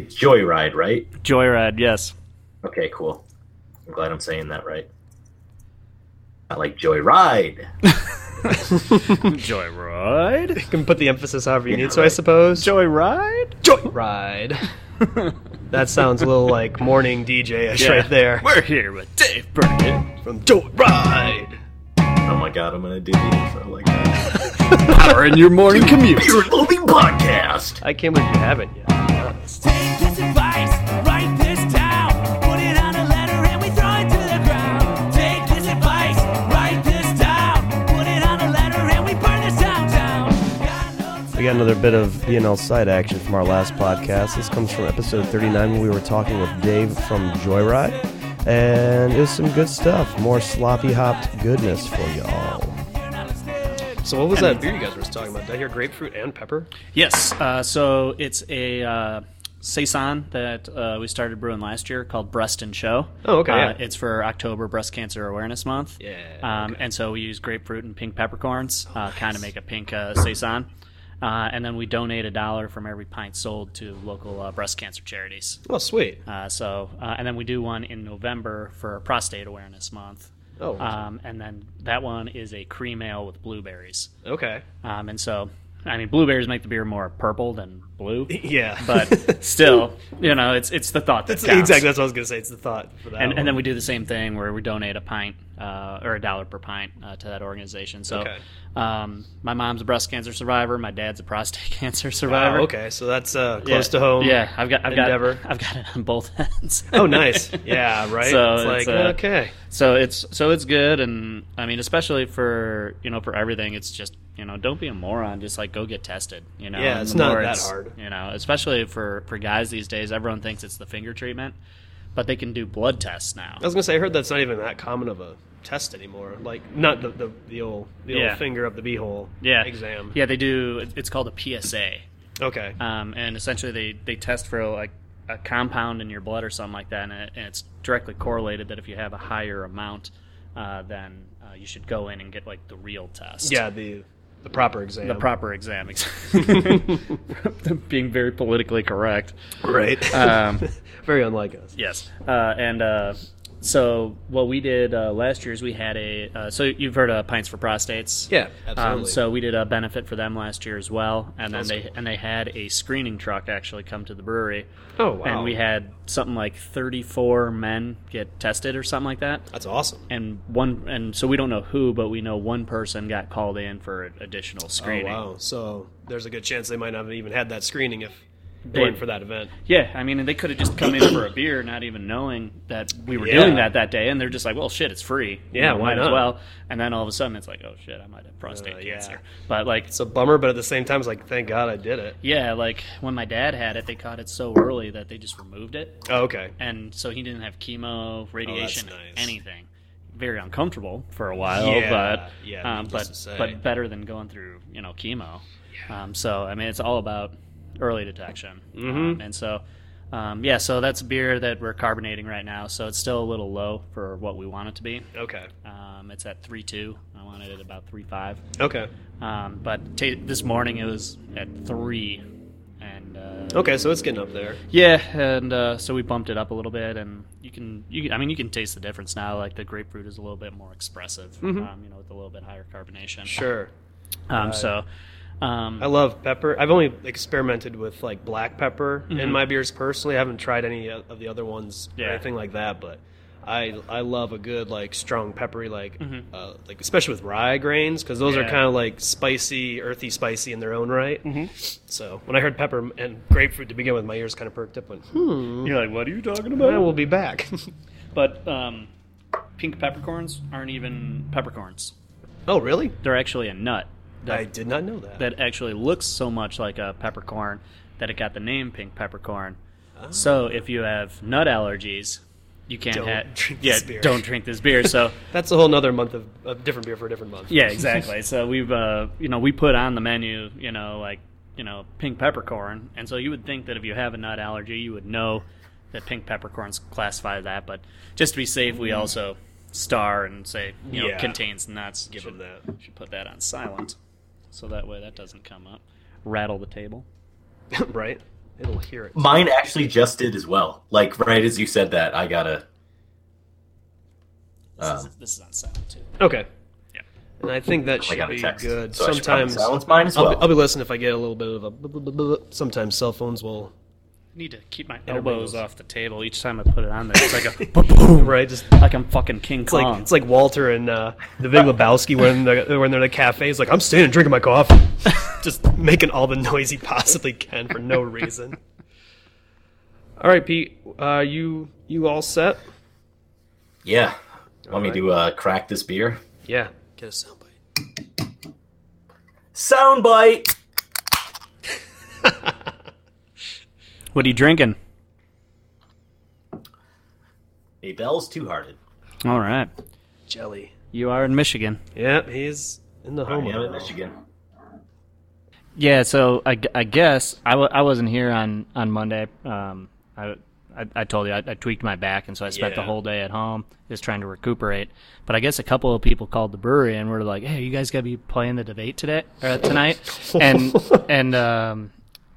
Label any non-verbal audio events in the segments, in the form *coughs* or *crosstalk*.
It's Joyride, right? Joyride, yes. Okay, cool. I'm glad I'm saying that right. I like Joyride. Joyride? You can put the emphasis however you Yeah, need. So I right. *laughs* suppose Joyride? *laughs* ride. that sounds a little like morning DJ-ish Yeah. right there. We're here with Dave Burkett. From Joyride. Oh my god, I'm gonna do the info like that. Power in your morning commute. Beer Loading Podcast. I can't believe you haven't yet. Take this advice, write this down. Put it on a letter and we throw it to the ground. Take this advice, write this down. Put it on a letter and we burn this town down. Got no We got another bit of BNL side action from our last podcast. This comes from episode 39 when we were talking with Dave from Joyride. And it was some good stuff. More sloppy hopped goodness for y'all. So what was that beer you guys were talking about? Did I hear grapefruit and pepper? Yes. Uh, so it's a uh, saison that uh, we started brewing last year called Breast and Show. Oh, okay, Uh, yeah. It's for October Breast Cancer Awareness Month. Yeah, Um, And so we use grapefruit and pink peppercorns, uh, kind of make a pink uh, saison. Uh, and then we donate a dollar from every pint sold to local uh, breast cancer charities. Oh, sweet. Uh, so, uh, and then we do one in November for Prostate Awareness Month. Oh, Um, and then that one is a cream ale with blueberries. okay. Um, and so, I mean, blueberries make the beer more purple than blue, *laughs* *laughs* Yeah, *laughs* but still, you know, it's it's the thought that That's- counts. exactly that's what I was gonna say. It's the thought for that. And, and then we one. do the same thing where we donate a pint uh, or a dollar per pint uh, to that organization. So, Okay. um, my mom's a breast cancer survivor. My dad's a prostate *laughs* cancer Wow, survivor. Ah, okay, so that's uh, Yeah. close to home. Yeah, I've got I've *laughs* endeavor. got I've got it on both ends. Oh, nice. *laughs* Yeah, right. So it's like it's, uh, okay. So it's so it's good, and I mean, especially for you know for everything, it's just you know don't be a moron, just like go get tested. You know, Yeah, And it's the not more that hard. You know, especially for for guys these days, everyone thinks it's the finger treatment, but they can do blood tests now. I was gonna say I heard that's not even that common of a test anymore. Like not the the, the old the Yeah. old finger up the beehole yeah, exam. Yeah, they do. It's called a PSA. Okay. um, and essentially they, they test for like a compound in your blood or something like that, and, it, and it's directly correlated that if you have a higher amount, uh, then uh, you should go in and get like the real test. yeah, the the proper exam. the proper exam. *laughs* *laughs* ex- Being very politically correct. right. Um, *laughs* Very unlike us. *laughs* yes, uh, and uh, so what we did uh, last year is we had a. Uh, so you've heard of Pints for Prostates. Yeah, Um, absolutely. so we did a benefit for them last year as well, and then That's they cool. and they had a screening truck actually come to the brewery. Oh, wow. And we had something like 34 men get tested or something like that. That's awesome. And one and so we don't know who, but we know one person got called in for additional Oh screening. wow. So there's a good chance they might not have even had that screening if They- they weren't for that event. Yeah, I mean, and they could have just come in *coughs* for a beer, not even knowing that we were Yeah. doing that that day, and they're just like, "Well, shit, it's free. You Yeah, know, why might as not? well." And then all of a sudden, it's like, "Oh shit, I might have prostate Uh, yeah. cancer." But like, It's a bummer, but at the same time, it's like thank God I did it. yeah, like when my dad had it, they caught it so early that they just removed it, Oh, okay. and so he didn't have chemo, radiation, Oh, nice. anything. Very uncomfortable for a while, Yeah, but yeah, um, needless but to say. but better than going through you know chemo. Um, so I mean, it's all about early detection, Mm-hmm. um, and so um, yeah, so that's beer that we're carbonating right now. So it's still a little low for what we want it to be. Okay. Um, it's at three two. I wanted it about three five. Okay. Um, but ta this morning it was at three, and uh, Okay. So it's getting up there. yeah, and uh, so we bumped it up a little bit, and you can, you can, I mean, you can taste the difference now. Like the grapefruit is a little bit more expressive, um, you know, with a little bit higher carbonation. Sure. Um, so, um, I love pepper. I've only experimented with like black pepper in my beers personally. I haven't tried any o- of the other ones Mm-hmm. Yeah. or anything like that, but I I love a good like strong peppery like uh, like especially with rye grains because those are Mm-hmm. Yeah. kind of like spicy, earthy, spicy in their own right. Mm-hmm. So when I heard pepper and grapefruit to begin with, my ears kind of perked up. Went, hmm, you're like, what are you talking I will be back. *laughs* But um, pink peppercorns aren't even peppercorns; oh really? they're actually a nut I that, did not know that. that actually looks so much like a peppercorn that it got the name pink peppercorn. So if you have nut allergies, you can't Don't have drink yeah, this beer. don't drink this beer. *laughs* So. That's a whole nother month of, of different beer for a different month. Yeah, exactly. so we've uh, you know we put on the menu you know like you know pink peppercorn, and so you would think that if you have a nut allergy, you would know that pink peppercorns classify that. But just to be safe, we also star and say you know Mm-hmm. Yeah. contains nuts. Give should, 'em that. Should put that on silent, so that way that doesn't come up. Rattle the table. *laughs* right. It'll hear it. Mine actually just did as well. Like right as you said that, I got a. Uh. This, Um, is, this is on sound too. Okay. Yeah. And I think that I should got a be text. good. So I should probably sometimes silence mine as I'll, well. be, I'll be listening if I get a little bit of a. blah, blah, blah, blah. Sometimes cell phones will. need to keep my elbows Intermingles. off the table each time I put it on there. It's like a *laughs* *laughs* boom, Right. Just like I'm fucking King It's Kong. like it's like Walter and uh, the Big Lebowski when they're, when they're in a cafe. He's like, I'm standing drinking my coffee, *laughs* just making all the noise he possibly can for no reason. All right, Pete, uh, you you all set? Yeah. Want me to uh, crack this beer? Yeah. Get a soundbite. Soundbite. what are you drinking? A bell's two hearted. All right, Jelly. you are in Michigan. Yep, he's in the I Oh home. am of in it. Michigan. Yeah, so I, gu- I guess I, w- I wasn't here on on Monday. Um, I, I I told you I, I tweaked my back, and so I spent the Yeah. whole day at home just trying to recuperate. But I guess a couple of people called the brewery and were like, "Hey, you guys gotta be playing the debate today or *laughs* tonight," and and um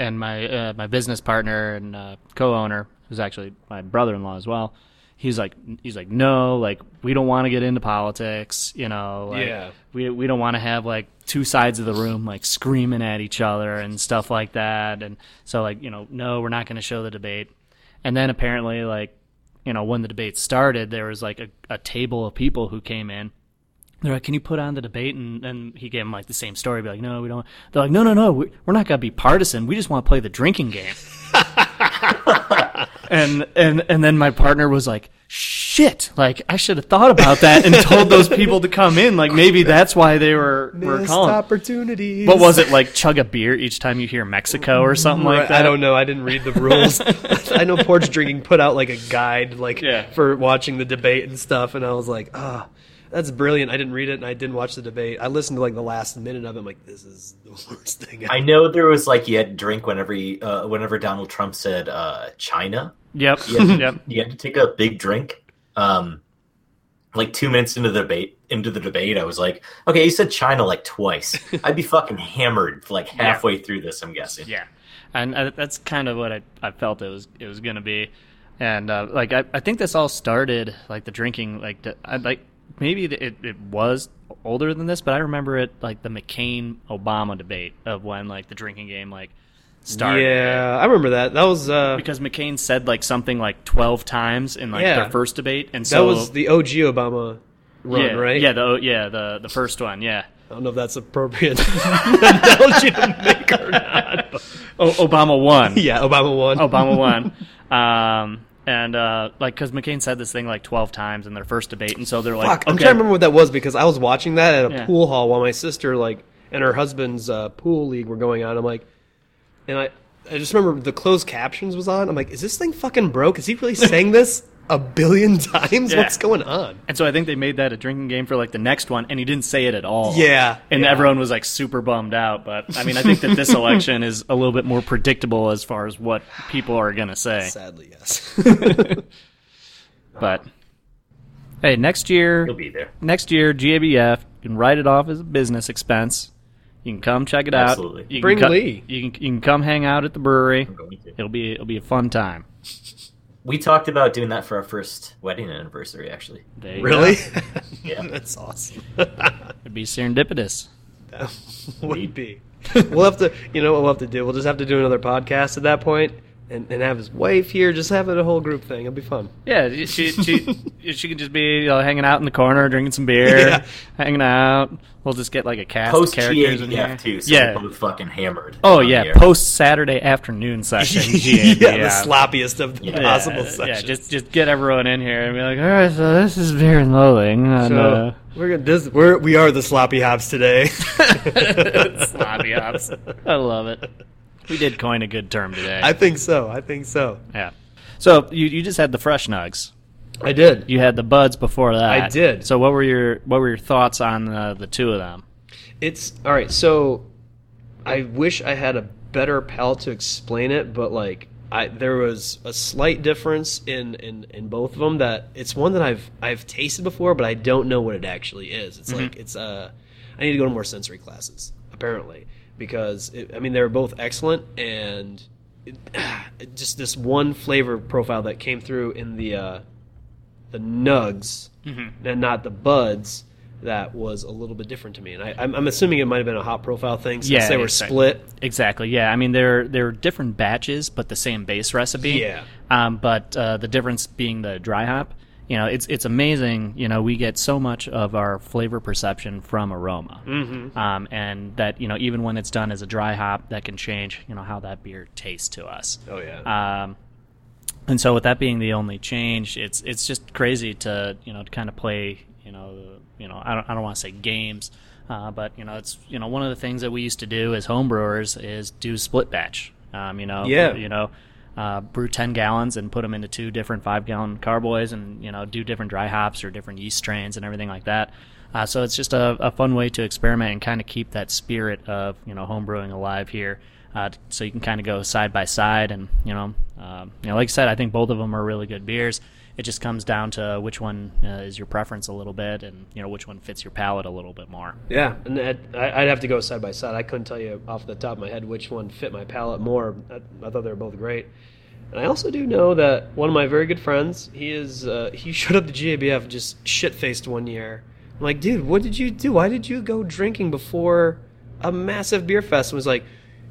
and my uh, my business partner and uh, co-owner who's actually my brother-in-law as well. He's like he's like no like we don't want to get into politics you know like, Yeah. we we don't want to have like two sides of the room like screaming at each other and stuff like that and so like you know no we're not going to show the debate and then apparently like you know when the debate started there was like a, a table of people who came in they're like, can you put on the debate? And then he gave him like the same story. Be like, no, we don't. They're like, no, no, no, we- we're not gonna be partisan. We just want to play the *laughs* drinking game. and and and then my partner was like, shit, like I should have thought about that and told those people to come in. Like maybe that's why they were were calling. opportunities. What was it like? Chug a beer each time you hear Mexico or something like that. I don't know. I didn't read the rules. *laughs* I know Porch Drinking put out like a guide, like Yeah. for watching the debate and stuff, and I was like, ah, that's brilliant. I didn't read it and I didn't watch the debate. I listened to like the last minute of it. I'm like, this is the *laughs* worst thing. I know there was like you had to drink whenever he, uh, whenever Donald Trump said uh, China. Yep. You had, to, *laughs* Yep. you had to take a big drink. Um, like two minutes into the debate, into the debate, I was like, "Okay, you said China like *laughs* twice. I'd be fucking hammered like halfway through this. I'm guessing." Yeah, and uh, that's kind of what I, I felt it was it was gonna be, and uh, like I, I think this all started like the drinking like the, I, like maybe it, it it was older than this, but I remember it like the McCain Obama debate of when like the drinking game like started. yeah, I remember that. That was uh, Because McCain said like something like twelve times in like Yeah. their first debate, and that so was the OG Obama run, yeah, right? Yeah, the yeah the the first one, yeah. I don't know if that's appropriate *laughs* analogy to make or not. but- O- Obama won. yeah, Oh, Obama won. *laughs* Obama won. Um, and uh, like, because McCain said this thing like twelve times in their first debate, and so they're like, Fuck, I'm okay, trying to remember what that was because I was watching that at a Yeah. pool hall while my sister like and her husband's uh, pool league were going on. I'm like, and I I just remember the closed captions was on. I'm like, is this thing fucking broke? Is he *laughs* really saying this a billion times? Yeah. What's going on? And so I think they made that a drinking game for like the next one, and he didn't say it at all. Yeah. Oh. and everyone was like super bummed out. But I mean, I think *laughs* that this election is a little bit more predictable as far as what people are gonna say. Sadly, yes. *laughs* But hey, next year He'll be there. next year, GABF you can write it off as a business expense. You can come check it out. Absolutely. You can Bring co- Lee. You can you can come hang out at the brewery. I'm going to. It'll be it'll be a fun time. We talked about doing that for our first wedding anniversary, actually. There you really? go. *laughs* Yeah. that's awesome. *laughs* It'd be serendipitous. That would be. We'll have to, you know, what we'll have to do. We'll just have to do another podcast at that point, and, and have his wife here. Just have it a whole group thing. It'll be fun. Yeah, she *laughs* she she could just be you know, hanging out in the corner, drinking some beer, Yeah. hanging out. We'll just get like a cast Post of characters in here. GABF too, so yeah. we're both fucking hammered. Oh on the yeah, air. post Saturday afternoon session. *laughs* GABF. yeah, the sloppiest of the Yeah. possible Yeah, sections. Yeah, just just get everyone in here and be like, all right, so this is beer and loathing. And, So uh, we're gonna this we're we are the sloppy hops *laughs* today. sloppy hops. I love it. We did coin a good term today. *laughs* I think so. I think so. yeah. So you you just had the fresh nugs. I did. You had the buds before that. I did. So what were your what were your thoughts on uh, the two of them? It's all right. So I wish I had a better palette to explain it, but like I there was a slight difference in in in both of them that it's one that I've I've tasted before, but I don't know what it actually is. It's like it's uh I need to go to more sensory classes apparently because it, I mean they were both excellent and it- just this one flavor profile that came through in the uh, the nugs Mm-hmm. and not the buds that was a little bit different to me. And I, I'm, I'm assuming it might have been a hot profile thing since Yeah, they were exactly. split. Exactly. Yeah. I mean, they're they're different batches, but the same base recipe. Yeah. Um, but uh, the difference being the dry hop. You know, it's it's amazing. You know, we get so much of our flavor perception from aroma, mm-hmm. um, and that you know even when it's done as a dry hop, that can change. You know how that beer tastes to us. Oh yeah. Um, and so with that being the only change, it's it's just crazy to you know to kind of play you know the- you know I don't I don't want to say games, uh, but you know it's you know one of the things that we used to do as homebrewers is do split batch. Um, you know Yeah. you know. Uh, brew 10 gallons and put them into two different five gallon carboys and you know do different dry hops or different yeast strains and everything like that uh, so it's just a, a fun way to experiment and kind of keep that spirit of you know homebrewing alive here uh, t- so you can kind of go side by side and you know um, you know like I said I think both of them are really good beers it just comes down to which one uh, is your preference a little bit and you know which one fits your palate a little bit more yeah, and that, I, I'd have to go side by side. I couldn't tell you off the top of my head which one fit my palate more. I, I thought they were both great. And I also do know that one of my very good friends, he is uh, he *laughs* showed up to GABF just shit faced one year. I'm like, dude, what did you do? Why did you go drinking before a massive beer fest? And was like,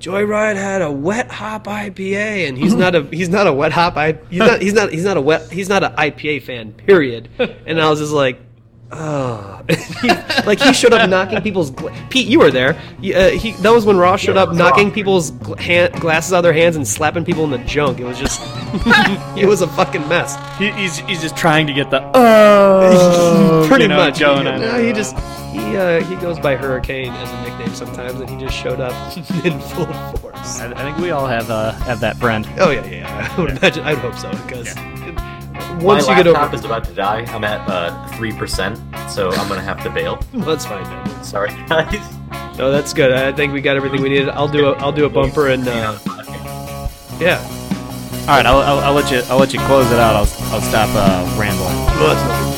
Joyride had a wet hop IPA, and he's not a he's not a wet hop I he's not he's not he's not a wet he's not an IPA fan. Period. And I was just like. Oh, *laughs* like he showed up knocking people's gla- Pete. You were there. He, uh, he that was when Ross showed up knocking people's gl- hand, glasses out of their hands and slapping people in the junk. It was just, *laughs* it was a fucking mess. He, he's he's just trying to get the oh, *laughs* Pretty you know, much. going he, on. no, he just he uh, he goes by Hurricane as a nickname sometimes, and he just showed up *laughs* in full force. *laughs* I, I think we all have uh, have that friend Oh yeah, yeah. yeah. I would imagine. I'd hope so because once Once you My get laptop over, is about to die. I'm at uh, three percent, so I'm gonna have to bail. *laughs* that's fine. man. Sorry, *laughs* guys. No, that's good. I think we got everything we needed. I'll do a I'll do a bumper and uh, yeah. all right I'll, I'll, I'll let you I'll let you close it out I'll, I'll stop uh, rambling Well, that's no-